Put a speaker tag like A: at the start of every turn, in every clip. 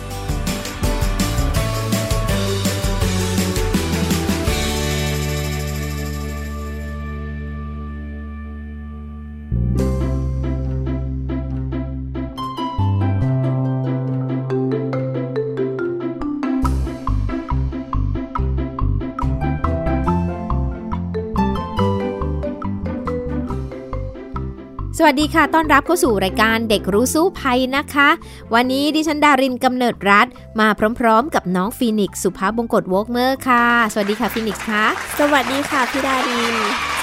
A: สวัสดีค่ะ ต้อนรับเข้าสู่รายการเด็กรู้สู้ภัยนะคะ วันนี้ดิฉันดารินกำเนิดรัฐมาพร้อมๆ กับน้องฟีนิกซ์สุภาพบงกตวอกเมอร์ค่ะ สวัสดีค่ะฟีนิกซ์ค่ะ
B: สวัสดีค่ะพี่ดาริน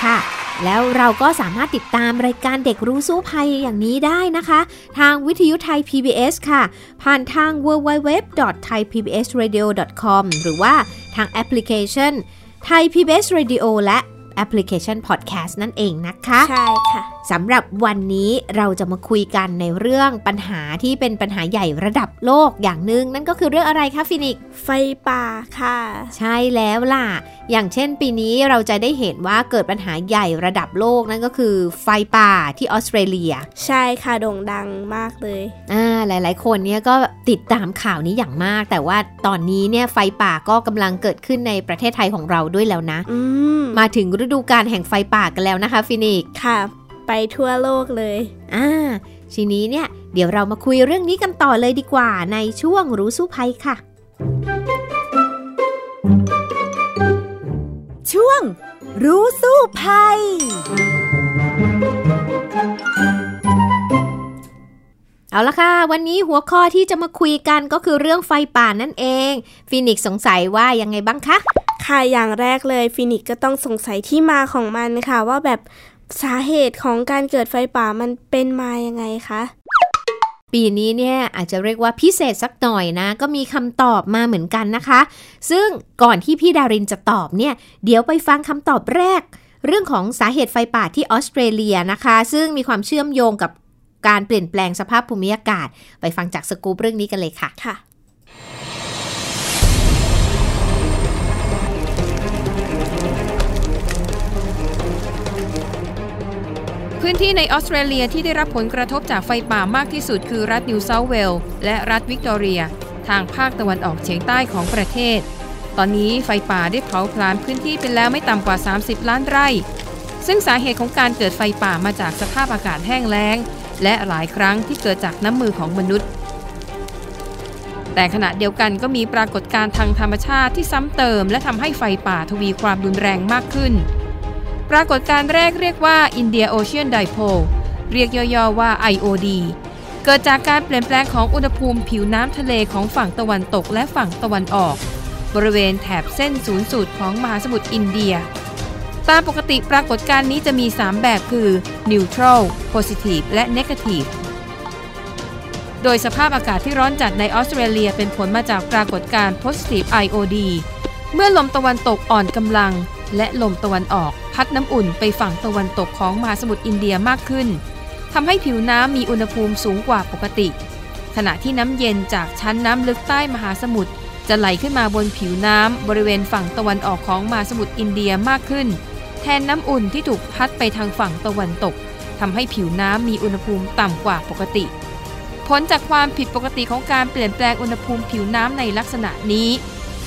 A: ค่ะ แล้วเราก็สามารถติดตามรายการเด็กรู้สู้ภัยอย่างนี้ได้นะคะ ทางวิทยุไทย PBS ค่ะ ผ่านทาง www.thaipbsradio.com หรือว่าทางแอปพลิเคชัน Thai PBS Radio และแอปพลิเคชัน Podcast นั่นเองนะคะ
B: ใช่ค่ะ
A: สำหรับวันนี้เราจะมาคุยกันในเรื่องปัญหาที่เป็นปัญหาใหญ่ระดับโลกอย่างหนึ่งนั่นก็คือเรื่องอะไรคะฟินิกซ์
B: ไฟป่าค่ะ
A: ใช่แล้วล่ะ อย่างเช่น ปีนี้เราจะได้เห็นว่าเกิดปัญหาใหญ่ระดับโลกนั่นก็คือไฟป่าที่ออสเตรเลีย
B: ใช่ค่ะโด่งดังมากเลย
A: อ่าหลายๆ คนเนี่ยก็ติดตามข่าวนี้อย่างมาก แต่ว่าตอนนี้เนี่ยไฟป่าก็กำลังเกิดขึ้นในประเทศไทยของเราด้วยแล้วนะ
B: อืม
A: มาถึงฤดูการแห่งไฟป่ากันแล้วนะคะฟินิกซ์
B: ค่ะ ไปทั่วโลกเลย
A: อ่าทีนี้เนี่ย เดี๋ยวเรามาคุยเรื่องนี้กันต่อเลยดีกว่าในช่วงรู้สู้ภัยค่ะ
C: ช่วง รู้สู้ภัย
A: เอาละค่ะ วันนี้หัวข้อที่จะมาคุยกันก็คือเรื่องไฟป่านั่นเองฟินิกซ์สงสัยว่ายังไงบ้างคะ
B: ค่ะอย่างแรกเลยฟินิกซ์ก็ต้องสงสัยที่มาของมันค่ะ ว่าแบบสาเหตุของการเกิดไฟป่ามันเป็นมายังไงคะ
A: ปีนี้เนี่ยอาจจะเรียกว่าพิเศษสักหน่อยนะ ก็มีคำตอบมาเหมือนกันนะคะ ซึ่งก่อนที่พี่ดารินจะตอบเนี่ย เดี๋ยวไปฟังคำตอบแรก เรื่องของสาเหตุไฟป่าที่ออสเตรเลียนะคะ ซึ่งมีความเชื่อมโยงกับการเปลี่ยนแปลงสภาพภูมิอากาศ ไปฟังจากสกู๊ปเรื่องนี้กันเลยค่ะ
B: ค่ะ
D: พื้นที่ในออสเตรเลียที่ได้รับผลกระทบจากไฟป่ามากที่สุดคือรัฐนิวเซาเวลและรัฐวิกตอเรีย ทางภาคตะวันออกเฉียงใต้ของประเทศ ตอนนี้ไฟป่าได้เผาผลาญพื้นที่ไปแล้วไม่ต่ำกว่า 30 ล้านไร่ ซึ่งสาเหตุของการเกิดไฟป่ามาจากสภาพอากาศแห้งแล้ง และหลายครั้งที่เกิดจากน้ำมือของมนุษย์ แต่ขณะเดียวกันก็มีปรากฏการณ์ทางธรรมชาติที่ซ้ำเติม และทำให้ไฟป่าทวีความรุนแรงมากขึ้น ปรากฏการณ์แรกเรียกว่า India Ocean Dipole เรียกย่อๆว่า IOD เกิดจากการเปลี่ยนแปลงของอุณหภูมิผิวน้ำทะเลของฝั่งตะวันตกและฝั่งตะวันออก บริเวณแถบเส้นศูนย์สูตรของมหาสมุทรอินเดีย ตามปกติปรากฏการณ์นี้จะมี 3 แบบคือ Neutral, Positive และ Negative โดยสภาพอากาศที่ร้อนจัดในออสเตรเลียเป็นผลมาจากปรากฏการณ์ Positive IOD เมื่อลมตะวันตกอ่อนกำลัง และลมตะวันออกพัดน้ำอุ่นไปฝั่งตะวันตกของมหาสมุทรอินเดียมากขึ้นทำให้ผิวน้ำมีอุณหภูมิสูงกว่าปกติ ขณะที่น้ำเย็นจากชั้นน้ำลึกใต้มหาสมุทรจะไหลขึ้นมาบนผิวน้ำบริเวณฝั่งตะวันออกของมหาสมุทรอินเดียมากขึ้น แทนน้ำอุ่นที่ถูกพัดไปทางฝั่งตะวันตกทำให้ผิวน้ำมีอุณหภูมิต่ำกว่าปกติ ผลจากความผิดปกติของการเปลี่ยนแปลงอุณหภูมิผิวน้ำในลักษณะนี้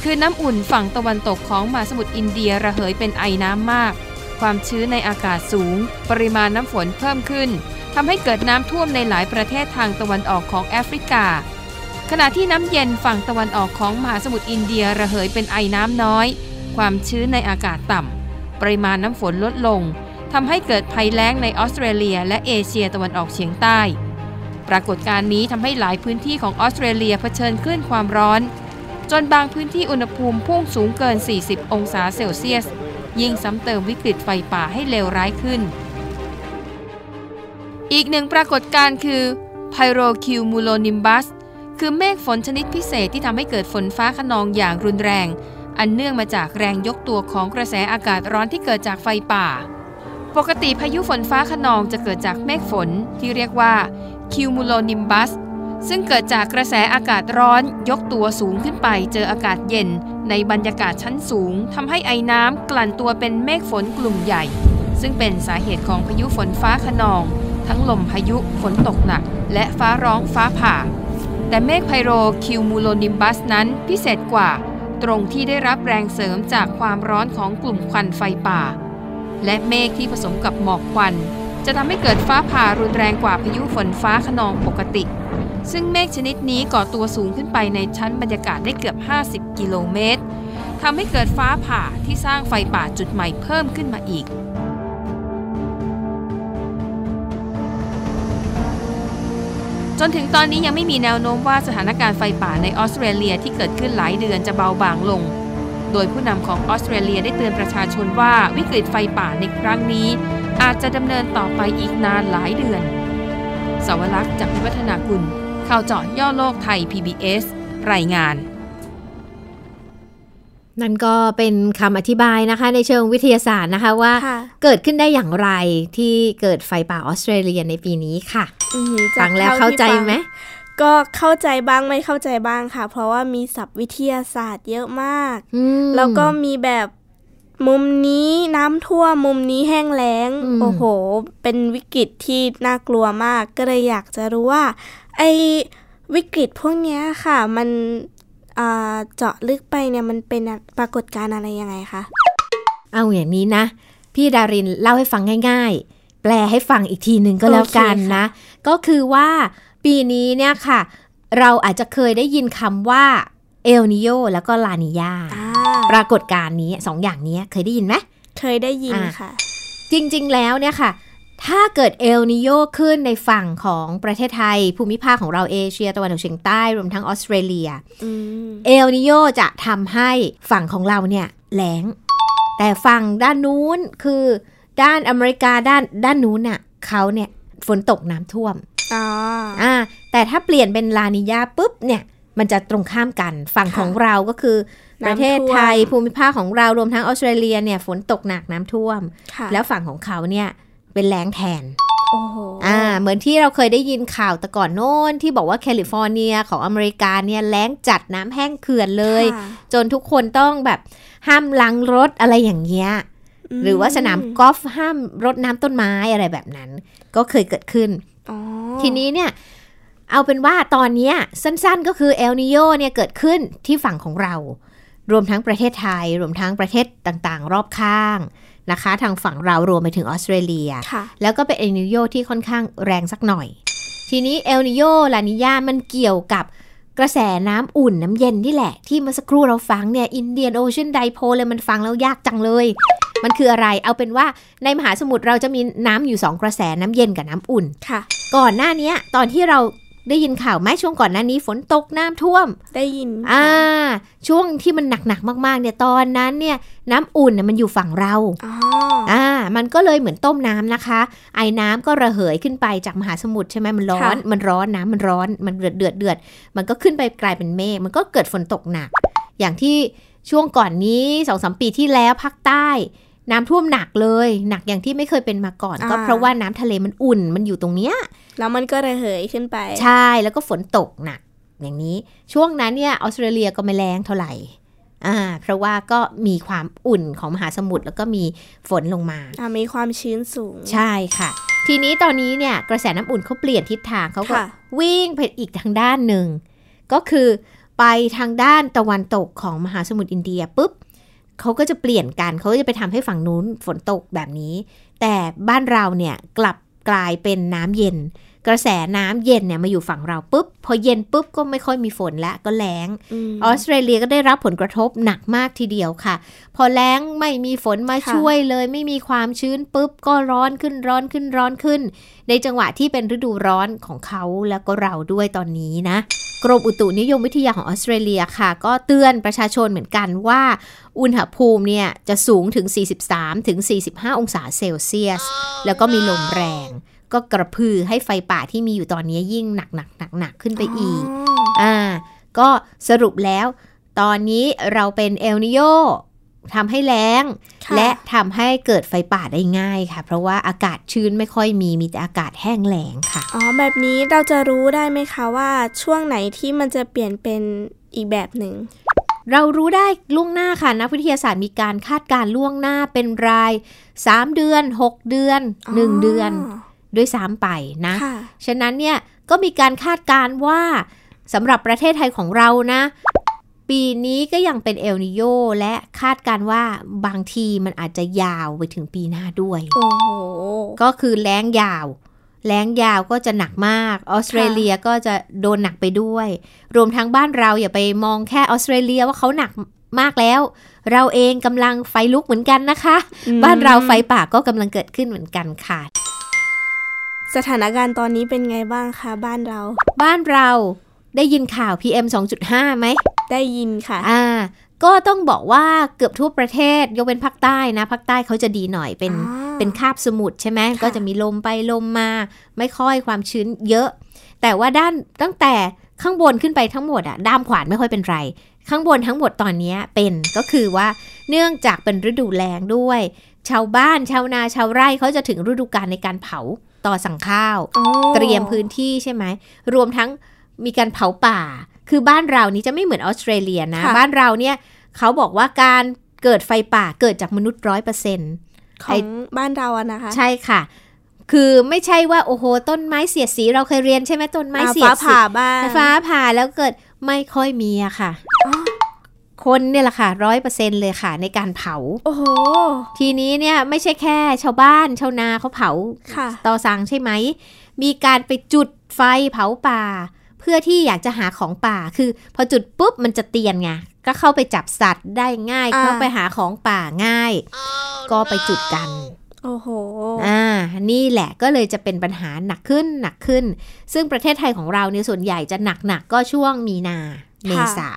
D: คือน้ำอุ่นฝั่งตะวันตกของมหาสมุทรอินเดียระเหยเป็นไอน้ำมาก ความชื้นในอากาศสูง ปริมาณน้ำฝนเพิ่มขึ้นทำให้เกิดน้ำท่วมในหลายประเทศทางตะวันออกของแอฟริกา ขณะที่น้ำเย็นฝั่งตะวันออกของมหาสมุทรอินเดียระเหยเป็นไอน้ำน้อย ความชื้นในอากาศต่ำ ปริมาณน้ำฝนลดลงทำให้เกิดภัยแล้งในออสเตรเลีย และเอเชียตะวันออกเฉียงใต้ ปรากฏการณ์นี้ทำให้หลายพื้นที่ของออสเตรเลียเผชิญคลื่นความร้อน จนบางพื้นที่อุณหภูมิพุ่งสูงเกิน 40 องศาเซลเซียส ยิ่งซ้ำเติมวิกฤตไฟป่าให้เลวร้ายขึ้น อีกหนึ่งปรากฏการณ์คือ Pyrocumulonimbus คือเมฆฝนชนิดพิเศษที่ทำให้เกิดฝนฟ้าคะนองอย่างรุนแรง อันเนื่องมาจากแรงยกตัวของกระแสอากาศร้อนที่เกิดจากไฟป่า ปกติพายุฝนฟ้าคะนองจะเกิดจากเมฆฝนที่เรียกว่า cumulonimbus ซึ่งเกิดจากกระแสอากาศร้อนยกตัวสูงขึ้นไปเจออากาศเย็น ในบรรยากาศชั้นสูงทำให้ไอน้ำกลั่นตัวเป็นเมฆฝนกลุ่มใหญ่ ซึ่งเป็นสาเหตุของพายุฝนฟ้าคะนอง ทั้งลมพายุฝนตกหนัก และฟ้าร้องฟ้าผ่า แต่เมฆไพโรคิวมูโลนิมบัสนั้นพิเศษกว่า ตรงที่ได้รับแรงเสริมจากความร้อนของกลุ่มควันไฟป่า และเมฆที่ผสมกับหมอกควัน จะทำให้เกิดฟ้าผ่ารุนแรงกว่าพายุฝนฟ้าคะนองปกติ ซึ่งเมฆชนิดนี้ก่อตัวสูงขึ้นไปในชั้นบรรยากาศได้เกือบ 50 กิโลเมตรทำให้เกิดฟ้าผ่าที่สร้างไฟป่าจุดใหม่เพิ่มขึ้นมาอีก จนถึงตอนนี้ยังไม่มีแนวโน้มว่าสถานการณ์ไฟป่าในออสเตรเลียที่เกิดขึ้นหลายเดือนจะเบาบางลง โดยผู้นำของออสเตรเลียได้เตือนประชาชนว่าวิกฤตไฟป่าในครั้งนี้ อาจจะดำเนินต่อไปอีกนานหลายเดือน สวรักษ์จากวิวัฒนาคุณข่าวเจาะย่อโลกไทย PBS รายงาน
A: นั่นก็เป็นคำอธิบายนะคะ ในเชิงวิทยาศาสตร์นะคะว่า
B: ค่ะ
A: เกิดขึ้นได้อย่างไรที่เกิดไฟป่าออสเตรเลียในปีนี้ค่ะ
B: อืมจ
A: ฟั
B: ก
A: งแล้วเข้าใจไหม
B: ท่ที่ฟังก็เข้าใจบ้างไม่เข้าใจบ้างค่ะ เพราะว่ามีศัพท์วิทยาศาสตร์เยอะมาก
A: อืม
B: แล้วก็มีแบบมุมนี้น้ำท่วมมุมนี้แห้งแล้ง
A: อืม
B: โอ้โห เป็นวิกฤตที่น่ากลัวมาก ก็เลยอยากจะรู้ว่า ไอ้วิกฤตพวกเนี้ยค่ะ มันอ่าเจาะลึกไปเนี่ยมันเป็นปรากฏการณ์อะไรยังไงคะ
A: เอาอย่างนี้นะ พี่ดารินเล่าให้ฟังง่าย ๆ แปลให้ฟังอีกทีหนึ่งก็แล้วกันนะ ก็คือว่าปีนี้เนี่ยค่ะ เราอาจจะเคยได้ยินคำว่าเอลนิโยแล้วก็ลานิยา
B: อ่า
A: ปรากฏการณ์นี้สองอย่างนี้เคยได้ยินไหม
B: เคยได้ยิน
A: อ่า
B: ค่ะ
A: จริงๆ แล้วเนี่ยค่ะ ถ้าเกิดเอลนิโยขึ้นในฝั่งของประเทศไทย ภูมิภาคของเราเอเชียตะวันออกเฉียงใต้รวมทั้งออสเตรเลีย
B: อืม
A: เอลนิโยจะทำให้ฝั่งของเราเนี่ยแล้ง แต่ฝั่งด้านนู้นคือด้านอเมริกาด้านด้านนู้นน่ะเขาเนี่ยฝนตกน้ำท่วม
B: อ๋อ
A: อ่าแต่ถ้าเปลี่ยนเป็นลานิยาปุ๊บเนี่ยมันจะตรงข้ามกันฝั่ง
B: ค่ะ
A: ของเราก็คือประ
B: น้ำท่วม
A: เทศไทยภูมิภาคของเรารวมทั้งออสเตรเลียเนี่ยฝนตกหนักน้ำท่วม
B: ค่ะ
A: แล้วฝั่งของเขาเนี่ยเป็นแล้งแทน
B: โอ้โห
A: อ่าเหมือนที่เราเคยได้ยินข่าวแต่ก่อนโน้นที่บอกว่าแคลิฟอร์เนียของอเมริกาเนี่ยแล้งจัดน้ำแห้งเขื่อนเลย
B: ค่ะ
A: จนทุกคนต้องแบบห้ามล้างรถอะไรอย่างเงี้ย
B: ม
A: หรือว่าสนามกอล์ฟห้ามรดน้ำต้นไม้อะไรแบบนั้น ก็เคยเกิดขึ้น
B: อ๋อ
A: ทีนี้เนี่ย เอาเป็นว่าตอนเนี้ยสั้นๆก็คือเอลนิโยเนี่ยเกิดขึ้นที่ฝั่งของเรา รวมทั้งประเทศไทย รวมทั้งประเทศต่างๆ รอบข้างนะคะ ทางฝั่งเรารวมไปถึงออสเตรเลีย
B: ค่ะ
A: แล้วก็เป็นเอลนิโยที่ค่อนข้างแรงสักหน่อย ทีนี้เอลนิโยลานิยามันเกี่ยวกับกระแสน้ำอุ่นน้ำเย็นนี่แหละ ที่เมื่อสักครู่เราฟังเนี่ยอินเดียนโอเชียนไดโพเลยมันฟังแล้วยากจังเลย มันคืออะไรเอาเป็นว่าในมหาสมุทรเราจะมีน้ำอยู่ 2 กระแสน้ำเย็นกับน้ำอุ่น
B: ค่ะ
A: ก่อนหน้าเนี้ยตอนที่เราได้ยินข่าวไหมช่วงก่อนหน้านี้ฝนตกน้ำท่วม
B: ได้ยิน
A: อ่า ช่วงที่มันหนักๆมากๆเนี่ยตอนนั้นเนี่ยน้ำอุ่นน่ะมันอยู่ฝั่งเรา
B: อ๋อ
A: อ่ามันก็เลยเหมือนต้มน้ำนะคะ ไอ้น้ำก็ระเหยขึ้นไปจากมหาสมุทรใช่ไหมมันร้อน
B: ค่ะ
A: มันร้อนน้ำมันร้อน มันเดือดเดือดเดือด มันก็ขึ้นไปกลายเป็นเมฆ มันก็เกิดฝนตกหนัก อย่างที่ช่วงก่อนนี้สองสามปีที่แล้วภาคใต้ น้ำท่วมหนักเลย หนักอย่างที่ไม่เคยเป็นมาก่อน ก็เพราะว่าน้ำทะเลมันอุ่น มันอยู่ตรงเนี้ย
B: แล้วมันก็ระเหยขึ้นไป
A: ใช่ แล้วก็ฝนตกหนักอย่างนี้ ช่วงนั้นเนี่ยออสเตรเลียก็ไม่แรงเท่าไหร่ อ่า เพราะว่าก็มีความอุ่นของมหาสมุทรแล้วก็มีฝนลงมา
B: อ่ะมีความชื้นสูง
A: ใช่ค่ะ ทีนี้ตอนนี้เนี่ยกระแสน้ำอุ่นเขาเปลี่ยนทิศทางเขาก็
B: ค่ะ
A: วิ่งไปอีกทางด้านหนึ่ง ก็คือไปทางด้านตะวันตกของมหาสมุทรอินเดียปุ๊บเขาก็จะเปลี่ยนกันเขาก็จะไปทำให้ฝั่งนู้นฝนตกแบบนี้ แต่บ้านเราเนี่ยกลับกลายเป็นน้ำเย็น กระแสน้ำเย็นเนี่ยมาอยู่ฝั่งเราปุ๊บพอเย็นปุ๊บก็ไม่ค่อยมีฝนละก็แล้ง
B: ม
A: ออสเตรเลียก็ได้รับผลกระทบหนักมากทีเดียวค่ะ พอแล้งไม่มีฝนมา
B: ค่ะ
A: ช่วยเลย ไม่มีความชื้นปุ๊บ ก็ร้อนขึ้นร้อนขึ้นร้อนขึ้น ในจังหวะที่เป็นฤดูร้อนของเขาแล้วก็เราด้วยตอนนี้นะ กรมอุตุนิยมวิทยาของออสเตรเลียค่ะ ก็เตือนประชาชนเหมือนกันว่า อุณหภูมิเนี่ยจะสูงถึง 43 ถึง 45 องศาเซลเซียส แล้วก็มีลมแรง ก็กระพือให้ไฟป่าที่มีอยู่ตอนนี้ยิ่งหนักหนักหนักหนักๆขึ้นไปอีก อ่าก็สรุปแล้ว ตอนนี้เราเป็นเอลนิโย ทำให้แล้ง
B: ค่
A: และทำให้เกิดไฟป่าได้ง่ายค่ะ เพราะว่าอากาศชื้นไม่ค่อยมีมีแต่อากาศแห้งแล้งค่ะ
B: อ๋อแบบนี้เราจะรู้ได้ไหมคะว่าช่วงไหนที่มันจะเปลี่ยนเป็นอีกแบบหนึ่ง
A: เรารู้ได้ล่วงหน้าค่ะนักวิทยาศาสตร์มีการคาดการณ์ล่วงหน้าเป็นราย 3 เดือน 6 เดือน 1 เดือนด้วยซ้ำไปนะ
B: ค่ะ
A: ฉะนั้นเนี่ยก็มีการคาดการณ์ว่าสำหรับประเทศไทยของเรานะ ปีนี้ก็ยังเป็นเอลนิโยและคาดการณ์ว่าบางทีมันอาจจะยาวไปถึงปีหน้าด้วย
B: โอ้โห
A: ก็คือแล้งยาว แล้งยาวก็จะหนักมาก ออสเตรเลียก็จะโดนหนักไปด้วย รวมทั้งบ้านเราอย่าไปมองแค่ออสเตรเลียว่าเขาหนักมากแล้ว เราเองกำลังไฟลุกเหมือนกันนะคะ บ้านเราไฟป่าก็กำลังเกิดขึ้นเหมือนกันค่ะ
B: สถานการณ์ตอนนี้เป็นไงบ้างคะบ้านเรา
A: บ้านเราได้ยินข่าว PM 2.5ไหม
B: ได้ยินค่ะ
A: อ่า ก็ต้องบอกว่าเกือบทั่วประเทศ ยกเป็นภาคใต้นะ ภาคใต้เขาจะดีหน่อยเป็น
B: อ่า
A: เป็นคาบสมุทรใช่ไหม
B: ค่ะ
A: ก็จะมีลมไปลมมา ไม่ค่อยความชื้นเยอะ แต่ว่าด้านตั้งแต่ข้างบนขึ้นไปทั้งหมดอะด้ามขวานไม่ค่อยเป็นไร ข้างบนทั้งหมดตอนเนี้ยเป็นก็คือว่าเนื่องจากเป็นฤดูแล้งด้วย ชาวบ้านชาวนาชาวไร่เขาจะถึงฤดูกาลในการเผาต่อสั่งข้าว
B: โอ้
A: เตรียมพื้นที่ใช่ไหม รวมทั้งมีการเผาป่า คือบ้านเรานี้จะไม่เหมือนออสเตรเลียนะ
B: ค่ะ
A: บ้านเราเนี่ยเขาบอกว่าการเกิดไฟป่าเกิดจากมนุษย์ร้อยเปอร์เซ็นต์
B: ข
A: ไอ้
B: องบ้านเราอะนะคะ
A: ใช่ค่ะ คือไม่ใช่ว่าโอ้โห ต้นไม้เสียดสีเราเคยเรียนใช่ไหมต้นไม้
B: อ่า
A: เสีย
B: ฟ้า
A: ดสี
B: ผ่าบ้าง
A: ฟ้าผ่าแล้วเกิดไม่ค่อยมีอะค่ะ
B: อ๋อ
A: คนเนี่ยแหละค่ะร้อยเปอร์เซ็นต์เลยค่ะ ในการเผา
B: โอ้โห
A: ทีนี้เนี่ยไม่ใช่แค่ชาวบ้านชาวนาเขาเผา
B: ค่ะ
A: ต่อสั่งใช่ไหม มีการไปจุดไฟเผาป่า เพื่อที่อยากจะหาของป่า คือพอจุดปุ๊บมันจะเตียนไง ก็เข้าไปจับสัตว์ได้ง่าย
B: อ่า
A: เข้าไปหาของป่าง่าย ก็ไปจุดกัน
B: โอ้โห
A: อ่า นี่แหละก็เลยจะเป็นปัญหาหนักขึ้นหนักขึ้น ซึ่งประเทศไทยของเราเนี่ยส่วนใหญ่จะหนักๆกก็ช่วงมีนา เมษา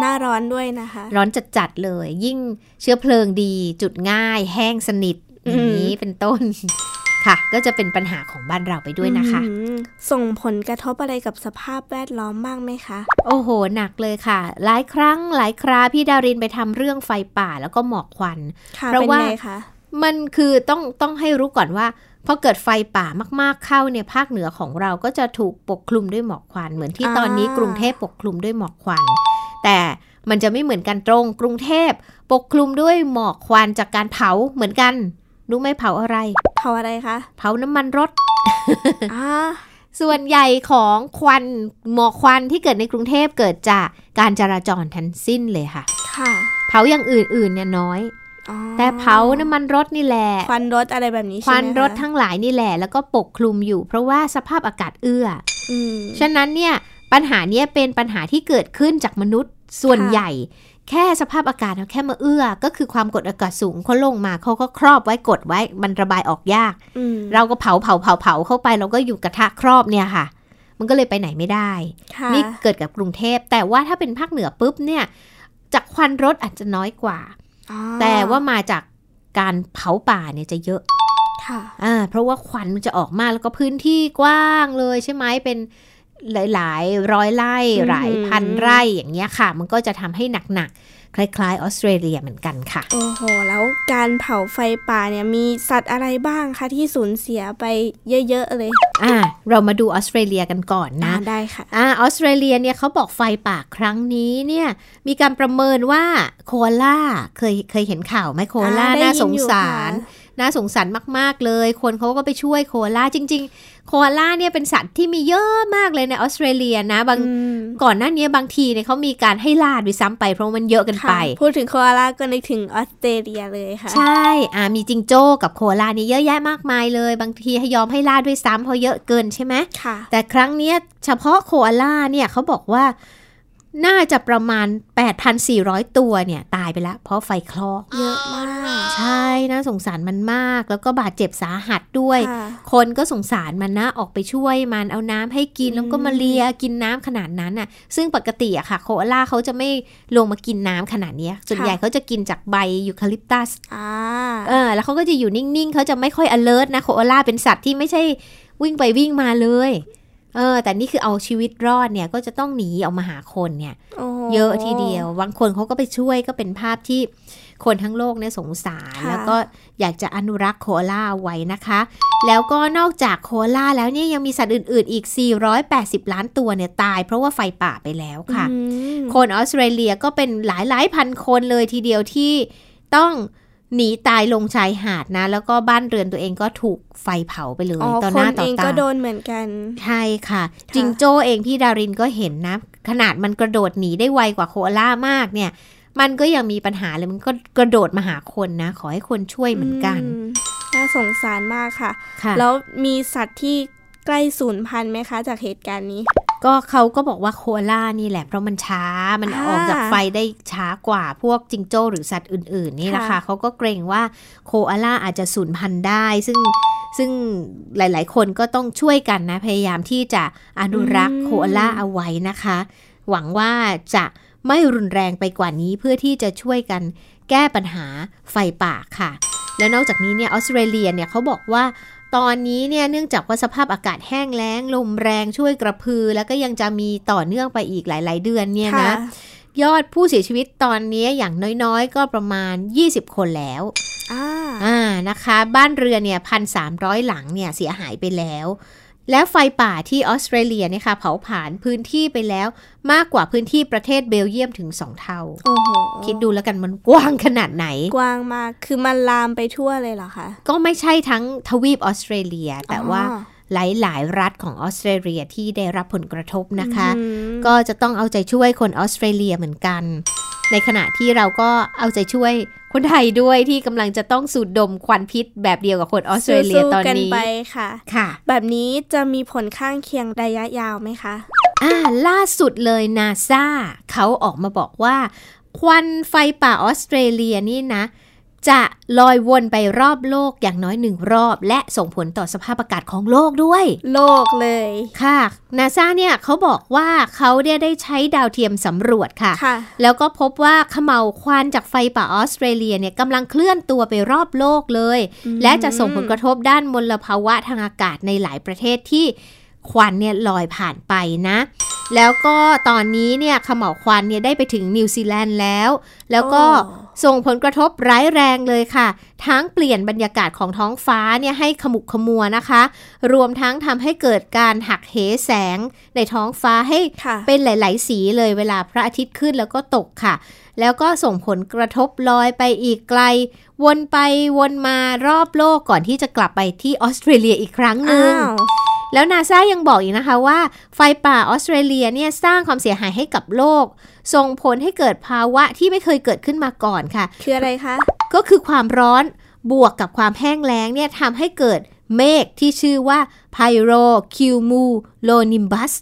B: หน้าร้อนด้วยนะคะ
A: ร้อนจัดๆเลย ยิ่งเชื้อเพลิงดี จุดง่าย แห้งสนิทอย่างนี้เป็นต้น ค่ะ ก็จะเป็นปัญหาของบ้านเราไปด้วยนะคะ
B: อืมส่งผลกระทบอะไรกับสภาพแวดล้อมบ้างไหมคะ
A: โอ้โห หนักเลยค่ะ หลายครั้งหลายคราพี่ดารินไปทำเรื่องไฟป่าแล้วก็หมอกควัน
B: ค่ะ
A: เพราะ
B: เป็น
A: ว่า
B: ไงคะ
A: มันคือต้องต้องให้รู้ก่อนว่าพอเกิดไฟป่ามากๆเข้าเนี่ยภาคเหนือของเราก็จะถูกปกคลุมด้วยหมอกควันเหมือนที่ตอนนี้กรุงเทพปกคลุมด้วยหมอกควัน แต่มันจะไม่เหมือนกันตรง กรุงเทพปกคลุมด้วยหมอกควันจากการเผาเหมือนกันรู้ไหมเผาอะไร
B: เผาอะไรคะ
A: เผาน้ำมันรถ
B: อ่า
A: ส่วนใหญ่ของควันหมอกควันที่เกิดในกรุงเทพเกิดจากการจราจรทั้งสิ้นเลยค่ะ
B: ค่ะ
A: เผาอย่างอื่นๆเนี่ยน้อย
B: อ๋อ
A: แต่เผาน้ำมันรถนี่แหละ
B: ควันรถอะไรแบบนี้
A: ค
B: ใช่ไหม
A: วันรถ
B: คะ
A: ทั้งหลายนี่แหละ แล้วก็ปกคลุมอยู่ เพราะว่าสภาพอากาศเอื้อ
B: อืม
A: ฉะนั้นเนี่ยปัญหาเนี้ยเป็นปัญหาที่เกิดขึ้นจากมนุษย์ส่วน
B: ค่ะ
A: ใหญ่ แค่สภาพอากาศเขาแค่มาเอื้อ ก็คือความกดอากาศสูงเขาลงมาเขาก็ครอบไว้กดไว้มันระบายออกยาก
B: อืม
A: เราก็เผาเผาเผาเผาเข้าไปเราก็อยู่กระทะครอบเนี่ยค่ะ มันก็เลยไปไหนไม่ได้
B: ค่ะ
A: นี่เกิดกับกรุงเทพ แต่ว่าถ้าเป็นภาคเหนือปุ๊บเนี่ยจากควันรถอาจจะน้อยกว่า
B: อ๋อ
A: แต่ว่ามาจากการเผาป่าเนี่ยจะเยอะ
B: ค่ะ
A: อ่าเพราะว่าควันมันจะออกมากแล้วก็พื้นที่กว้างเลยใช่ไหมเป็นหลาย ๆ ร้อยไร่
B: อืม
A: หลายพันไร่อย่างเงี้ยค่ะ มันก็จะทำให้หนัก ๆ คล้าย ๆ ออสเตรเลียเหมือนกันค่ะ
B: โอ้โห แล้วการเผาไฟป่าเนี่ยมีสัตว์อะไรบ้างคะที่สูญเสียไปเยอะๆเลย
A: อ่า เรามาดูออสเตรเลียกันก่อน
B: อ่า
A: นะ
B: ได้ค่ะ
A: อ่าออสเตรเลียเนี่ยเขาบอกไฟป่าครั้งนี้เนี่ยมีการประเมินว่าโคอาล่าเคยเคยเห็นข่าวไหมโคอาล่า
B: อ่าได้ยิน
A: น่าสง
B: อยู่
A: สา
B: ค่ะ
A: ร น่าสงสารมาก ๆ เลย คนเขาก็ไปช่วยโคอาล่าจริง ๆ โคอาล่าเนี่ยเป็นสัตว์ที่มีเยอะมากเลยในออสเตรเลียนะบาง
B: อืม
A: ก่อนหน้านี้บางทีเนี่ยเขามีการให้ล่าด้วยซ้ำไปเพราะมันเยอะเกัน
B: ค่ะ
A: ไป
B: พูดถึงโคอาล่าก็นึกถึงออสเตรเลียเลยค่ะ
A: ใช่อ่ามีจิงโจ้กับโคอาล่านี่เยอะแยะมากมายเลย บางทีให้ยอมให้ล่าด้วยซ้ำเพราะเยอะเกินใช่ไหม
B: ค่ะ
A: แต่ครั้งเนี้ยเฉพาะโคอาล่าเนี่ยเขาบอกว่าน่าจะประมาณ 8,400 ตัวเนี่ยตายไปแล้ว เพราะไฟคลอก
B: เยอะมาก
A: ใช่น่าสงสารมันมาก แล้วก็บาดเจ็บสาหัสด้วย
B: ค่ะ
A: คนก็สงสารมันนะออกไปช่วยมันเอาน้ำให้กิน
B: อืม
A: แล้วก็มาเลียกินน้ำขนาดนั้นน่ะ ซึ่งปกติอะค่ะ โคอาล่าเขาจะไม่ลงมากินน้ำขนาดเนี้ยส่วนใหญ่เขาจะกินจากใบยูคาลิปตัส
B: อ่า
A: เออแล้วเขาก็จะอยู่นิ่ง ๆ เขาจะไม่ค่อย alert นะ โคอาล่าเป็นสัตว์ที่ไม่ใช่วิ่งไปวิ่งมาเลย เออ แต่นี่คือเอาชีวิตรอดเนี่ย ก็จะต้องหนีออกมาหาคนเนี่ย
B: โอ้โห
A: เยอะทีเดียว บางคนเขาก็ไปช่วยก็เป็นภาพที่คนทั้งโลกเนี่ยสงสาร
B: ค่ะ
A: แล้วก็อยากจะอนุรักษ์โคอาล่าเอาไว้นะคะ แล้วก็นอกจากโคอาล่าแล้วเนี่ยยังมีสัตว์อื่น ๆ อีก 480 ล้านตัวเนี่ยตายเพราะว่าไฟป่าไปแล้วค่ะ
B: อืม
A: คนออสเตรเลียก็เป็นหลายหลายพันคนเลยทีเดียวที่ต้องหนีตายลงชายหาดนะ แล้วก็บ้านเรือนตัวเองก็ถูกไฟเผาไปเลย
B: อ๋อ
A: ต่อ
B: ค
A: หน้าน ต่อ
B: เอง
A: ตา
B: ก็โดนเหมือนกัน
A: ใช่ค่ะ
B: ะ
A: จิงโจ้เองพี่ดารินก็เห็นนะ ขนาดมันกระโดดหนีได้ไวกว่าโคอาล่ามากเนี่ย มันก็ยังมีปัญหาเลยมันก็กระโดดมาหาคนนะ ขอให้คนช่วยเหมือนกัน
B: อืมน่าสงสารมากค่ะ
A: ค่ะ
B: แล้วมีสัตว์ที่ใกล้สูญพันธุ์ไหมคะ จากเหตุการณ์นี้
A: ก็เขาก็บอกว่าโคอาล่านี่แหละเพราะมันช้ามัน
B: อ่า
A: ออกจากไฟได้ช้ากว่าพวกจิงโจ้หรือสัตว์อื่น ๆ นี่นะคะ
B: ค่ะ
A: เขาก็เกรงว่าโคอาล่าอาจจะสูญพันธุ์ได้ ซึ่งซึ่งหลาย ๆ คนก็ต้องช่วยกันนะ พยายามที่จะอนุรักษ์โคอาล่าเอาไว้นะคะ หวังว่าจะไม่รุนแรงไปกว่านี้เพื่อที่จะช่วยกันแก้ปัญหาไฟป่าค่ะ แล้วนอกจากนี้เนี่ยออสเตรเลียเนี่ยเขาบอกว่า ตอนนี้เนี่ยเนื่องจากว่าสภาพอากาศแห้งแล้ง ลมแรงช่วยกระพือ แล้วก็ยังจะมีต่อเนื่องไปอีกหลาย ๆ เดือนเนี่ย
B: ค่ะ
A: นะยอดผู้เสียชีวิตตอนนี้อย่างน้อยๆ ก็ประมาณ 20 คนแล้ว
B: อ่า
A: อ่านะคะ บ้านเรือนเนี่ยพันสามหลังเนี่ยเสียหายไปแล้ว และไฟป่าที่ออสเตรเลียเนี่ยค่ะเผาผลาญพื้นที่ไปแล้ว มากกว่าพื้นที่ประเทศเบลเยียมถึง 2 เท่า
B: โอ้โห
A: คิดดูแล้วกันมันกว้างขนาดไหน
B: กว้างมาก คือมันลามไปทั่วเลยเหรอคะ
A: ก็ไม่ใช่ทั้งทวีปออสเตรเลีย แต่ว่า
B: อ๋อ
A: หลาย ๆ รัฐของออสเตรเลียที่ได้รับผลกระทบนะคะ
B: อืม
A: ก็จะต้องเอาใจช่วยคนออสเตรเลียเหมือนกัน ในขณะที่เราก็เอาใจช่วยคนไทยด้วยที่กำลังจะต้องสูดดมควันพิษแบบเดียวกับคนออสเตรเลีย
B: สู้ๆ
A: ตอน
B: กัน
A: นี้
B: ไปค่ะ
A: ค่ะ
B: แบบนี้จะมีผลข้างเคียงระยะยาวไหมคะ
A: อ่าล่าสุดเลยนาซาเขาออกมาบอกว่า ควันไฟป่าออสเตรเลียนี่นะ จะลอยวนไปรอบโลกอย่างน้อยหนึ่งรอบ และส่งผลต่อสภาพอากาศของโลกด้วย
B: โลกเลย
A: ค่ะนาซาเนี่ยเขาบอกว่าเขาเนี่ยได้ใช้ดาวเทียมสำรวจค่ะ
B: ค่ะ
A: แล้วก็พบว่าเขมาวควันจากไฟป่าออสเตรเลียเนี่ยกำลังเคลื่อนตัวไปรอบโลกเลย
B: อืม
A: และจะส่งผลกระทบด้านมลภาวะทางอากาศในหลายประเทศที่ควันเนี่ยลอยผ่านไปนะ แล้วก็ตอนนี้เนี่ยเขมาวควันเนี่ยได้ไปถึงนิวซีแลนด์แล้ว แล้วก็
B: โอ้
A: ส่งผลกระทบร้ายแรงเลยค่ะ ทั้งเปลี่ยนบรรยากาศของท้องฟ้าเนี่ยให้ขมุกขมัวนะคะ รวมทั้งทำให้เกิดการหักเหแสงในท้องฟ้าให้
B: ค่ะ
A: เป็นหลาย ๆ สีเลยเวลาพระอาทิตย์ขึ้นแล้วก็ตกค่ะ แล้วก็ส่งผลกระทบลอยไปอีกไกล วนไปวนมารอบโลกก่อนที่จะกลับไปที่ออสเตรเลียอีกครั้งหนึ่ง
B: อ้าว
A: แล้วนาซายังบอกอีกนะคะว่า ไฟป่าออสเตรเลียเนี่ยสร้างความเสียหายให้กับโลก ส่งผลให้เกิดภาวะที่ไม่เคยเกิดขึ้นมาก่อนค่ะ
B: คืออะไรคะ
A: ก็คือความร้อนบวกกับความแห้งแล้งเนี่ยทำให้เกิดเมฆที่ชื่อว่าไพโรคิวมูโลนิมบัส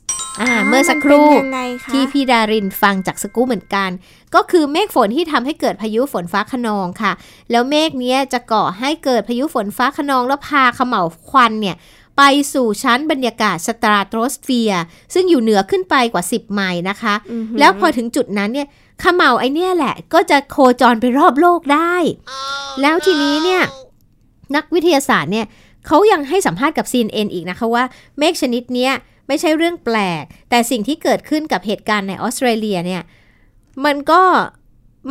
A: อ่าเมื่อสักครู่
B: นเป็นยังไงคะ
A: ที่พี่ดารินฟังจากสกู๊ปเหมือนกัน ก็คือเมฆฝนที่ทำให้เกิดพายุฝนฟ้าขนองค่ะ แล้วเมฆเนี้ยจะก่อให้เกิดพายุฝนฟ้าขนองแล้วพาเขม่าวควันเนี่ยไปสู่ชั้นบรรยากาศสตราโตรสเฟียร์ซึ่งอยู่เหนือขึ้นไปกว่า 10 ไมล์นะคะ
B: อือหื
A: แล้วพอถึงจุดนั้นเนี่ยเขม่าวไอเนี่ยแหละ ก็จะโคจรไปรอบโลกได้ แล้วทีนี้เนี่ย นักวิทยาศาสตร์เนี่ยเขายังให้สัมภาษณ์กับ CNN อีกนะคะว่าเมฆชนิดเนี้ยไม่ใช่เรื่องแปลก แต่สิ่งที่เกิดขึ้นกับเหตุการณ์ในออสเตรเลียเนี่ยมันก็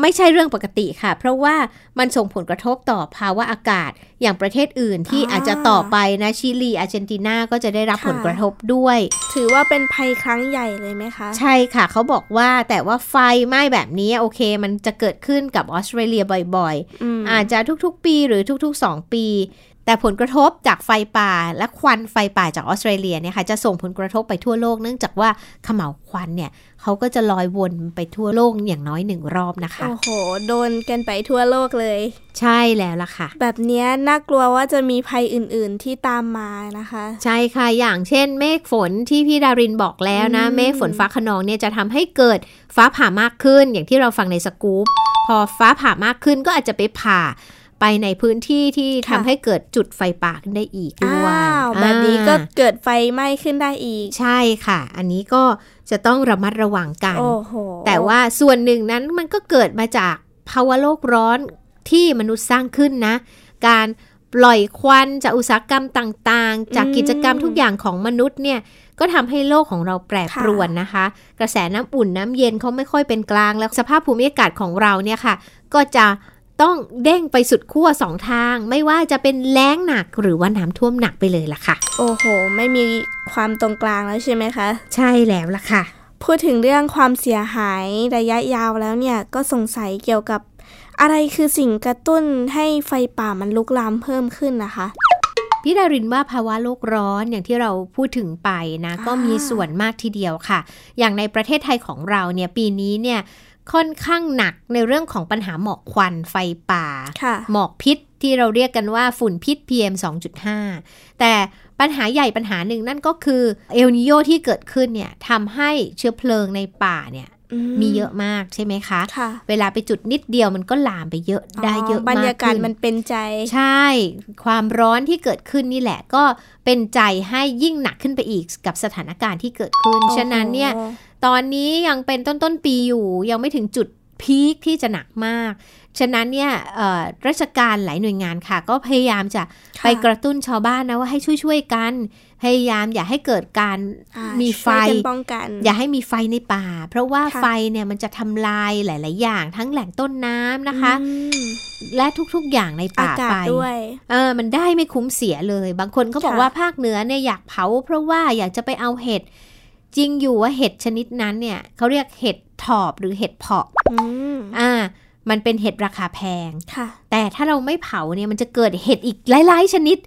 A: ไม่ใช่เรื่องปกติค่ะ เพราะว่ามันส่งผลกระทบต่อภาวะอากาศอย่างประเทศอื่นที่อาจจะต่อไปนะชิลีอาร์เจนตินาก็จะได้รับผลกระทบด้วย
B: ถือว่าเป็นภัยครั้งใหญ่เลยไหมคะ
A: ใช่ค่ะ เขาบอกว่าแต่ว่าไฟไหม้แบบนี้โอเค มันจะเกิดขึ้นกับออสเตรเลียบ่อยๆ
B: อืม
A: อาจจะทุกๆ ปีหรือทุกๆ 2 ปี แต่ผลกระทบจากไฟป่าและควันไฟป่าจากออสเตรเลียเนี่ยค่ะจะส่งผลกระทบไปทั่วโลกเนื่องจากว่าเขมาวควันเนี่ยเขาก็จะลอยวนไปทั่วโลกอย่างน้อยหนึ่งรอบนะคะ
B: โอ้โห โดนกันไปทั่วโลกเลย
A: ใช่แล้วล่ะค่ะ
B: แบบเนี้ยน่ากลัวว่าจะมีภัยอื่นๆที่ตามมานะคะ
A: ใช่ค่ะ อย่างเช่นเมฆฝนที่พี่ดารินบอกแล้วนะ
B: อืม
A: เมฆฝนฟ้าขนองเนี่ยจะทำให้เกิดฟ้าผ่ามากขึ้น อย่างที่เราฟังในสกู๊ปพอฟ้าผ่ามากขึ้นก็อาจจะไปผ่าไปในพื้นที่ที่ทำให้เกิดจุดไฟป่าขึ้นได้อีกด้
B: อ้
A: วย
B: าวแบบนี้ก็
A: อ่า
B: เกิดไฟไหม้ขึ้นได้อีก
A: ใช่ค่ะ อันนี้ก็จะต้องระมัดระวังกัน
B: โอ้โห
A: แต่ว่าส่วนหนึ่งนั้นมันก็เกิดมาจากภาวะโลกร้อนที่มนุษย์สร้างขึ้นนะ การเป ปล่อยควันจากอุตสาหกรรมต่างๆ จาก
B: อืม
A: กิจกรรมทุกอย่างของมนุษย์เนี่ยก็ทำให้โลกของเราแปรปรวนนะคะ กระแสน้ำอุ่นน้ำเย็นเขาไม่ค่อยเป็นกลาง แล้วสภาพภูมิอากาศของเราเนี่ยค่ะ ก็จะต้องเด้งไปสุดขั้วสองทาง ไม่ว่าจะเป็นแล้งหนักหรือว่าน้ำท่วมหนักไปเลยล่ะค่ะ
B: โอ้โห ไม่มีความตรงกลางแล้วใช่ไหมคะ
A: ใช่แล้วล่ะค่ะ
B: พูดถึงเรื่องความเสียหายระยะยาวแล้วเนี่ยก็สงสัยเกี่ยวกับ อะไรคือสิ่งกระตุ้นให้ไฟป่ามันลุกลามเพิ่มขึ้นนะคะ
A: พี่ดารินว่าภาวะโลกร้อนอย่างที่เราพูดถึงไปนะ
B: อ่า
A: ก็มีส่วนมากทีเดียวค่ะ อย่างในประเทศไทยของเราเนี่ยปีนี้เนี่ยค่อนข้างหนักในเรื่องของปัญหาหมอกควันไฟป่า
B: ค่ะ
A: หมอกพิษที่เราเรียกกันว่าฝุ่นพิษ PM 2.5 แต่ปัญหาใหญ่ปัญหาหนึ่งนั่นก็คือเอลนิโยที่เกิดขึ้นเนี่ยทำให้เชื้อเพลิงในป่าเนี่ยมีเยอะมากใช่ไหมคะ
B: ค่ะ
A: เวลาไปจุดนิดเดียวมันก็ลามไปเยอะได้เยอะมาก
B: บรรยากาศ
A: ขึ้น
B: มันเป็นใจ
A: ใช่ ความร้อนที่เกิดขึ้นนี่แหละก็เป็นใจให้ยิ่งหนักขึ้นไปอีกกับสถานการณ์ที่เกิดขึ้น ฉะนั้นเนี่ย ตอนนี้ยังเป็นต้นต้นๆปีอยู่ยังไม่ถึงจุดพีคที่จะหนักมาก ฉะนั้นเนี่ยเอ่อราชการหลายหน่วยงานค่ะ ก็พยายามจะ
B: ค่ะ
A: ไปกระตุ้นชาวบ้านนะว่าให้ช่วยๆกัน พยายามอย่าให้เกิดการ
B: อ่า
A: มีไฟ
B: ช่วยกันป้องกัน
A: อย่าให้มีไฟในป่า เพราะว่า
B: ค่ะ
A: ไฟเนี่ยมันจะทำลายหลาย ๆ อย่าง ทั้งแหล่งต้นน้ำนะคะ
B: อืม
A: และทุกๆ อย่างใน
B: อา
A: ป่าก
B: าศ
A: ไป
B: ด้วย
A: เออมันได้ไม่คุ้มเสียเลย บางคนเขาบอก
B: ค่ะ
A: ว่าภาคเหนือเนี่ยอยากเผา เพราะว่าอยากจะไปเอาเห็ด จริงอยู่ว่าเห็ดชนิดนั้นเนี่ยเขาเรียกเห็ดถอบหรือเห็ดเพาะ
B: อืม
A: อ่า มันเป็นเห็ดราคาแพง
B: ค่ะ
A: แต่ถ้าเราไม่เผาเนี่ยมันจะเกิดเห็ดอีกหลาย ๆ ชนิด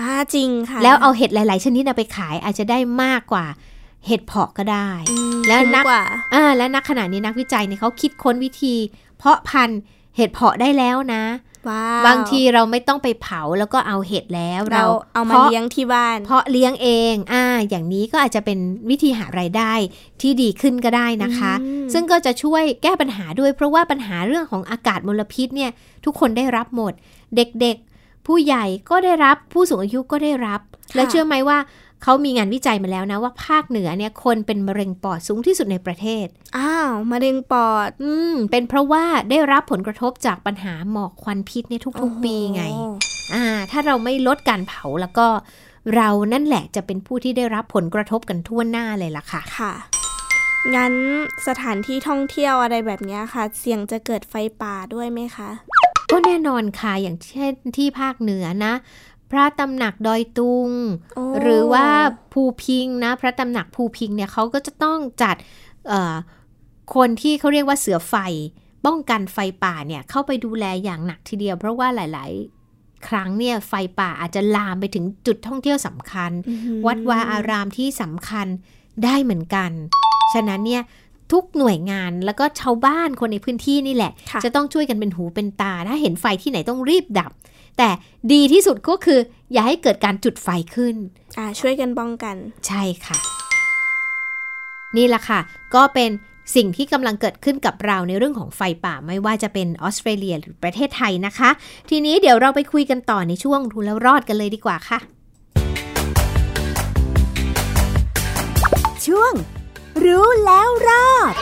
B: อ่าจริงค่ะ
A: แล้วเอาเห็ดหลาย ๆ ชนิดเอาไปขายอาจจะได้มากกว่าเห็ดเพาะก็ได้
B: อืม
A: แล้ว
B: คุ้ม
A: นัก
B: กว่า
A: อ่าและนักขณะนี้นักวิจัยเนี่ยเขาคิดค้นวิธี เพาะพันธุ์เห็ดเพาะได้แล้วนะ
B: ว้า
A: บางทีเราไม่ต้องไปเผาแล้วก็เอาเห็ดแล้ว
B: เราเอามา
A: พะ
B: เลี้ยงที่บ้าน
A: เพาะเลี้ยงเอง อ่า อย่างนี้ก็อาจจะเป็นวิธีหารายได้ที่ดีขึ้นก็ได้นะคะ
B: อืม
A: ซึ่งก็จะช่วยแก้ปัญหาด้วย เพราะว่าปัญหาเรื่องของอากาศมลพิษเนี่ยทุกคนได้รับหมด เด็กๆ ผู้ใหญ่ก็ได้รับ ผู้สูงอายุก็ได้รับ และเชื่อไหมว่าเขามีงานวิจัยมาแล้วนะว่าภาคเหนือเนี่ยคนเป็นมะเร็งปอดสูงที่สุดในประเทศ
B: อ้าวมะเร็งปอด
A: อืม เป็นเพราะว่าได้รับผลกระทบจากปัญหาหมอกควันพิษเนี่ยทุกๆ ปีไง
B: โอ้โห
A: อ่าถ้าเราไม่ลดการเผาแล้วก็ เรานั่นแหละจะเป็นผู้ที่ได้รับผลกระทบกันทั่วหน้าเลยล่ะค่ะ
B: ค่ะ งั้นสถานที่ท่องเที่ยวอะไรแบบเนี้ยค่ะ เสี่ยงจะเกิดไฟป่าด้วยไหมคะ
A: ก็แน่นอนค่ะอย่างเช่นที่ภาคเหนือนะ พระตำหนักดอยตุง
B: โอ้
A: หรือว่าภูพิงนะ พระตำหนักภูพิงเนี่ยเขาก็จะต้องจัดเอ่อคนที่เขาเรียกว่าเสือไฟ ป้องกันไฟป่าเนี่ยเข้าไปดูแลอย่างหนักทีเดียว เพราะว่าหลาย ๆ ครั้งเนี่ยไฟป่าอาจจะลามไปถึงจุดท่องเที่ยวสำคัญ
B: อื้อหือ
A: วัดวาอารามที่สำคัญได้เหมือนกัน ฉะนั้นเนี่ยทุกหน่วยงานแล้วก็ชาวบ้านคนในพื้นที่นี่แหละ
B: ค่ะ
A: จะต้องช่วยกันเป็นหูเป็นตา ถ้าเห็นไฟที่ไหนต้องรีบดับ แต่ดีที่สุดก็คือ อย่าให้เกิดการจุดไฟขึ้น
B: อ่าช่วยกันป้องกัน
A: ใช่ค่ะ นี่แหละค่ะ ก็เป็นสิ่งที่กำลังเกิดขึ้นกับเราในเรื่องของไฟป่าไม่ว่าจะเป็นออสเตรเลียหรือประเทศไทยนะคะ ทีนี้เดี๋ยวเราไปคุยกันต่อในช่วงรู้แล้วรอดกันเลยดีกว่าค่ะ
C: ช่วง รู้แล้วรอด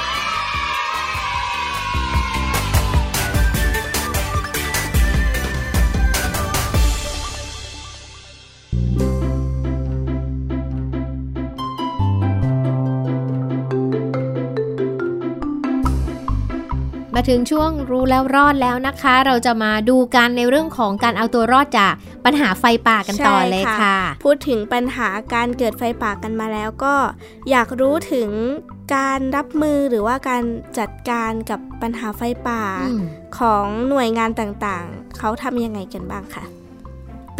A: มาถึงช่วงรู้แล้วรอดแล้วนะคะ เราจะมาดูกันในเรื่องของการเอาตัวรอดจากปัญหาไฟป่ากันต่อ
B: ใช่
A: เลย
B: ค่ะ
A: ค่ะ
B: พูดถึงปัญหาการเกิดไฟป่ากันมาแล้วก็ อยากรู้ถึงการรับมือหรือว่าการจัดการกับปัญหาไฟป่า
A: อืม
B: ของหน่วยงานต่างๆ เขาทำยังไงกันบ้างคะ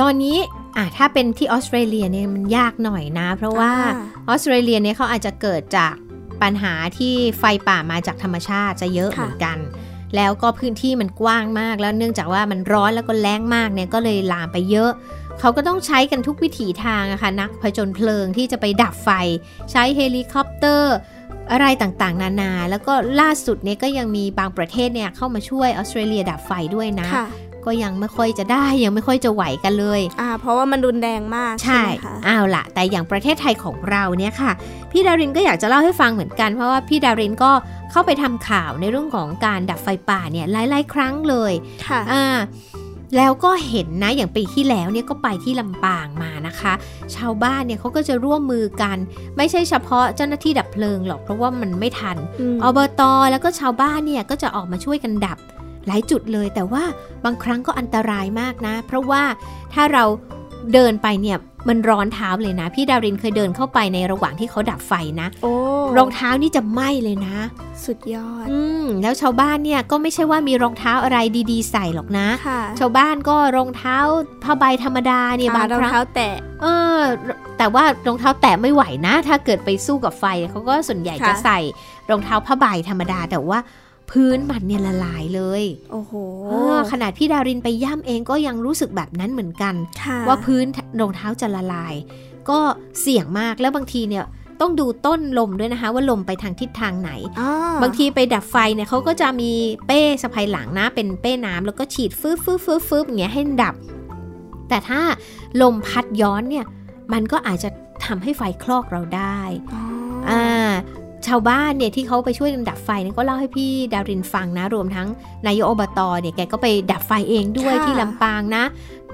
A: ตอนนี้อ่ะถ้าเป็นที่ออสเตรเลียเนี่ยมันยากหน่อยนะ เพราะว่า
B: อ่
A: ออสเตรเลียเนี่ยเขาอาจจะเกิดจากปัญหาที่ไฟป่ามาจากธรรมชาติจะเยอะเหมือนกัน แล้วก็พื้นที่มันกว้างมากแล้วเนื่องจากว่ามันร้อนแล้วก็แล้งมากเนี่ยก็เลยลามไปเยอะ เขาก็ต้องใช้กันทุกวิถีทางอะค่ะนักผจญเพลิงที่จะไปดับไฟ ใช้เฮลิคอปเตอร์ อะไรต่างๆ นานา แล้วก็ล่าสุดเนี่ยก็ยังมีบางประเทศเนี่ยเข้ามาช่วยออสเตรเลียดับไฟด้วยนะ
B: ค่ะ
A: ก็ยังไม่ค่อยจะได้ยังไม่ค่อยจะไหวกันเลย
B: อ่า เพราะว่ามันรุนแรงมากใช่
A: ใช่
B: ไหมคะ
A: เอาล่ะ แต่อย่างประเทศไทยของเราเนี่ยค่ะ พี่ดารินก็อยากจะเล่าให้ฟังเหมือนกัน เพราะว่าพี่ดารินก็เข้าไปทำข่าวในเรื่องของการดับไฟป่าเนี่ยหลาย ๆ ครั้งเลย
B: ค่ะ
A: อ่า แล้วก็เห็นนะอย่างปีที่แล้วเนี่ยก็ไปที่ลำปางมานะคะ ชาวบ้านเนี่ยเขาก็จะร่วมมือกัน ไม่ใช่เฉพาะเจ้าหน้าที่ดับเพลิงหรอกเพราะว่ามันไม่ทัน
B: ม
A: อบตแล้วก็ชาวบ้านเนี่ยก็จะออกมาช่วยกันดับ หลายจุดเลย แต่ว่าบางครั้งก็อันตรายมากนะ เพราะว่าถ้าเราเดินไปเนี่ยมันร้อนเท้าเลยนะ พี่ดารินเคยเดินเข้าไปในระหว่างที่เขาดับไฟนะ
B: โอ้
A: รองเท้านี่จะไหม้เลยนะ
B: สุดยอด
A: อืมแล้วชาวบ้านเนี่ยก็ไม่ใช่ว่ามีรองเท้าอะไรดีๆ ใส่หรอกนะ
B: ค่ะ
A: ชาวบ้านก็รองเท้าผ้าใบธรรมดาเนี่ยบาง
B: ร
A: ค
B: อง
A: รั้ง
B: เท้าแตะ
A: เออแต่ว่ารองเท้าแตะไม่ไหวนะ ถ้าเกิดไปสู้กับไฟเขาก็ส่วนใหญ่
B: ค่ะ
A: จะใส่รองเท้าผ้าใบธรรมดา แต่ว่าพื้นมันเนี่ยละลายเลย
B: โอ้โห
A: เออขนาดพี่ดารินไปย่ำเองก็ยังรู้สึกแบบนั้นเหมือนกัน
B: ค่ะ
A: ว่าพื้นรองเท้าจะละลาย ก็เสี่ยงมากแล้วบางทีเนี่ยต้องดูต้นลมด้วยนะคะ ว่าลมไปทางทิศทางไหน
B: อ้อ
A: บางทีไปดับไฟเนี่ยเขาก็จะมีเป้สะพายหลังนะเป็นเป้น้ำแล้วก็ฉีดฟืบฟืบฟืบฟืบอย่างเงี้ยให้ดับ แต่ถ้าลมพัดย้อนเนี่ยมันก็อาจจะทำให้ไฟคลอกเราได้อ่าชาวบ้านเนี่ยที่เขาไปช่วยกันดับไฟเนี่ยก็เล่าให้พี่ดารินฟังนะ รวมทั้งนายกอบตเนี่ยแกก็ไปดับไฟเองด้วย
B: ค่ะ
A: ที่ลำปางนะ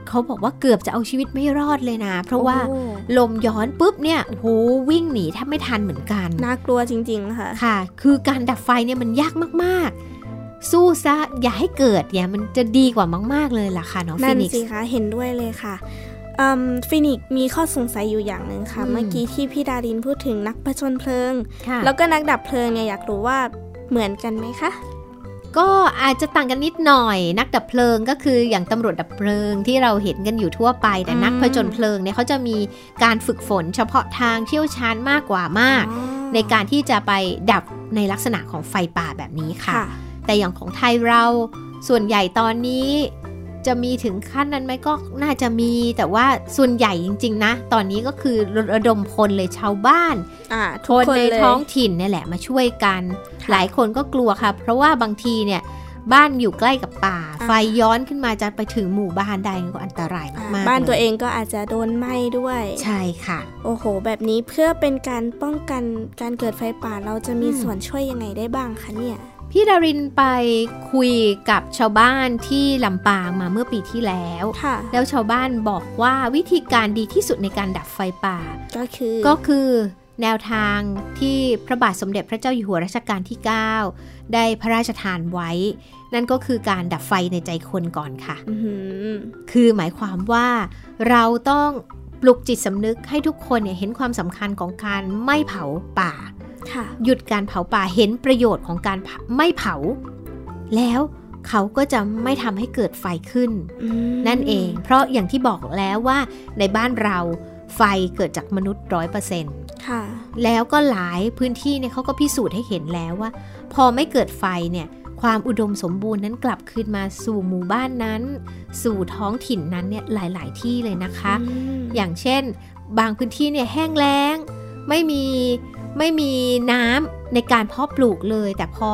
A: เขาบอกว่าเกือบจะเอาชีวิตไม่รอดเลยนะ เพราะว่า
B: โอ้
A: ลมย้อนปุ๊บเนี่ยโอ้โหวิ่งหนีแทบไม่ทันเหมือนกัน
B: น่ากลัวจริงๆค่ะ
A: ค่ะ คือการดับไฟเนี่ยมันยากมากๆ สู้ซะอย่าให้เกิดเนี่ยมันจะดีกว่ามาก ๆ เลยล่ะค่ะน้อง
B: นั่
A: ฟิ
B: น
A: นิก
B: สิ
A: ซ์
B: คะเห็นด้วยเลยค่ะอืมฟินิกซ์มีข้อสงสัยอยู่อย่างหนึ่งค่ะ
A: อืม
B: เมื่อกี้ที่พี่ดารินพูดถึงนักประชนเพลิง
A: ค่ะ
B: แล้วก็นักดับเพลิงเนี่ยอยากรู้ว่าเหมือนกันไหมคะ
A: ก็อาจจะต่างกันนิดหน่อย นักดับเพลิงก็คืออย่างตำรวจดับเพลิงที่เราเห็นกันอยู่ทั่วไป แต่
B: อืม
A: นักผจญเพลิงเนี่ยเขาจะมีการฝึกฝนเฉพาะทางเชี่ยวชาญมากกว่ามาก
B: อ๋อ
A: ในการที่จะไปดับในลักษณะของไฟป่าแบบนี้ค่ะ
B: ค่ะ
A: แต่อย่างของไทยเราส่วนใหญ่ตอนนี้จะมีถึงขั้นนั้นไหมก็น่าจะมีแต่ว่าส่วนใหญ่จริง ๆ นะ ตอนนี้ก็คือระดมพลเลยชาวบ้าน
B: อ่า
A: ค
B: ทุก
A: น
B: คน
A: ใน
B: เลย
A: ท้องถิ่นเนี่ยแหละมาช่วยกัน หลายคนก็กลัวค่ะ เพราะว่าบางทีเนี่ยบ้านอยู่ใกล้กับป่า
B: อ่า
A: ไฟย้อนขึ้นมาจะไปถึงหมู่บ้านได้ก็อันตราย
B: อ่าม
A: ากๆ
B: บ้านตั
A: ล
B: ว
A: ย
B: เองก็อาจจะโดนไหม้ด้วย
A: ใช่ค่ะ
B: โอ้โห แบบนี้เพื่อเป็นการป้องกันการเกิดไฟป่าเราจะมี
A: อืม
B: ส่วนช่วยยังไงได้บ้างคะเนี่ย
A: พี่ดารินไปคุยกับชาวบ้านที่ลำปางมาเมื่อปีที่แล้ว
B: ค่ะ
A: แล้วชาวบ้านบอกว่าวิธีการดีที่สุดในการดับไฟป่า
B: ก็คือ
A: ก็คือแนวทางที่พระบาทสมเด็จพระเจ้าอยู่หัวรัชกาลที่ 9 ได้พระราชทานไว้ นั่นก็คือการดับไฟในใจคนก่อนค่ะ
B: อื้อหือ
A: คือหมายความว่าเราต้องปลุกจิตสำนึกให้ทุกคนเนี่ยเห็นความสำคัญของการไม่เผาป่า
B: ค่ะ
A: หยุดการเผาป่าเห็นประโยชน์ของการเผาไม่เผา แล้วเขาก็จะไม่ทำให้เกิดไฟขึ้น
B: อืม
A: นั่นเอง เพราะอย่างที่บอกแล้วว่าในบ้านเราไฟเกิดจากมนุษย์ร้อยเปอร์เซ็นต์
B: ค่ะ
A: แล้วก็หลายพื้นที่เนี่ยเขาก็พิสูจน์ให้เห็นแล้วว่า พอไม่เกิดไฟเนี่ยความอุดมสมบูรณ์นั้นกลับคืนมาสู่หมู่บ้านนั้น สู่ท้องถิ่นนั้นเนี่ยหลาย ๆ ที่เลยนะคะ
B: อืม
A: อย่างเช่น บางพื้นที่เนี่ยแห้งแล้ง ไม่มีไม่มีน้ำในการเพาะปลูกเลย แต่พอ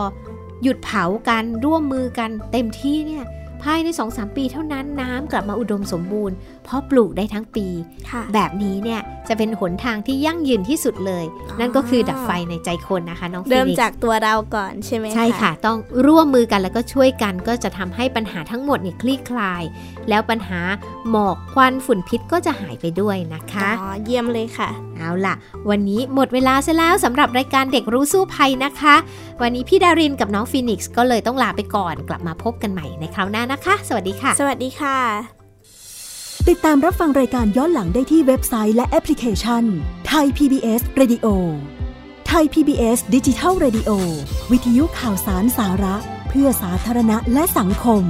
A: หยุดเผากันร่วมมือกันเต็มที่เนี่ยภายใน 2-3 ปีเท่านั้นน้ำกลับมาอุดมสมบูรณ์เพราะปลูกได้ทั้งปี
B: ค่ะ
A: แบบนี้เนี่ยจะเป็นหนทางที่ยั่งยืนที่สุดเลย
B: อ๋อ
A: นั่นก็คือดับไฟในใจคนนะคะน้องฟินิกซ์
B: เริ่มจากตัวเราก่อนใช่ไหม
A: ใช่ค่ะ ต้องร่วมมือกันแล้วก็ช่วยกันก็จะทำให้ปัญหาทั้งหมดเนี่ยคลี่คลาย แล้วปัญหาหมอกควันฝุ่นพิษก็จะหายไปด้วยนะคะ
B: อ๋อเยี่ยมเลยค่ะ
A: เอาล่ะ วันนี้หมดเวลาซะแล้วสำหรับรายการเด็กรู้สู้ภัยนะคะ วันนี้พี่ดารินกับน้องฟีนิกซ์ก็เลยต้องลาไปก่อน กลับมาพบกันใหม่ในคราวหน้านะคะ สวัสดีค่ะ
B: สวัสดีค่ะ
C: ติดตามรับฟังรายการย้อนหลังได้ที่เว็บไซต์และแอปพลิเคชันไทย PBS Radio ไทย PBS ดิจิทัล Radio วิทยุข่าวสารสาระ เพื่อสาธารณะและสังคม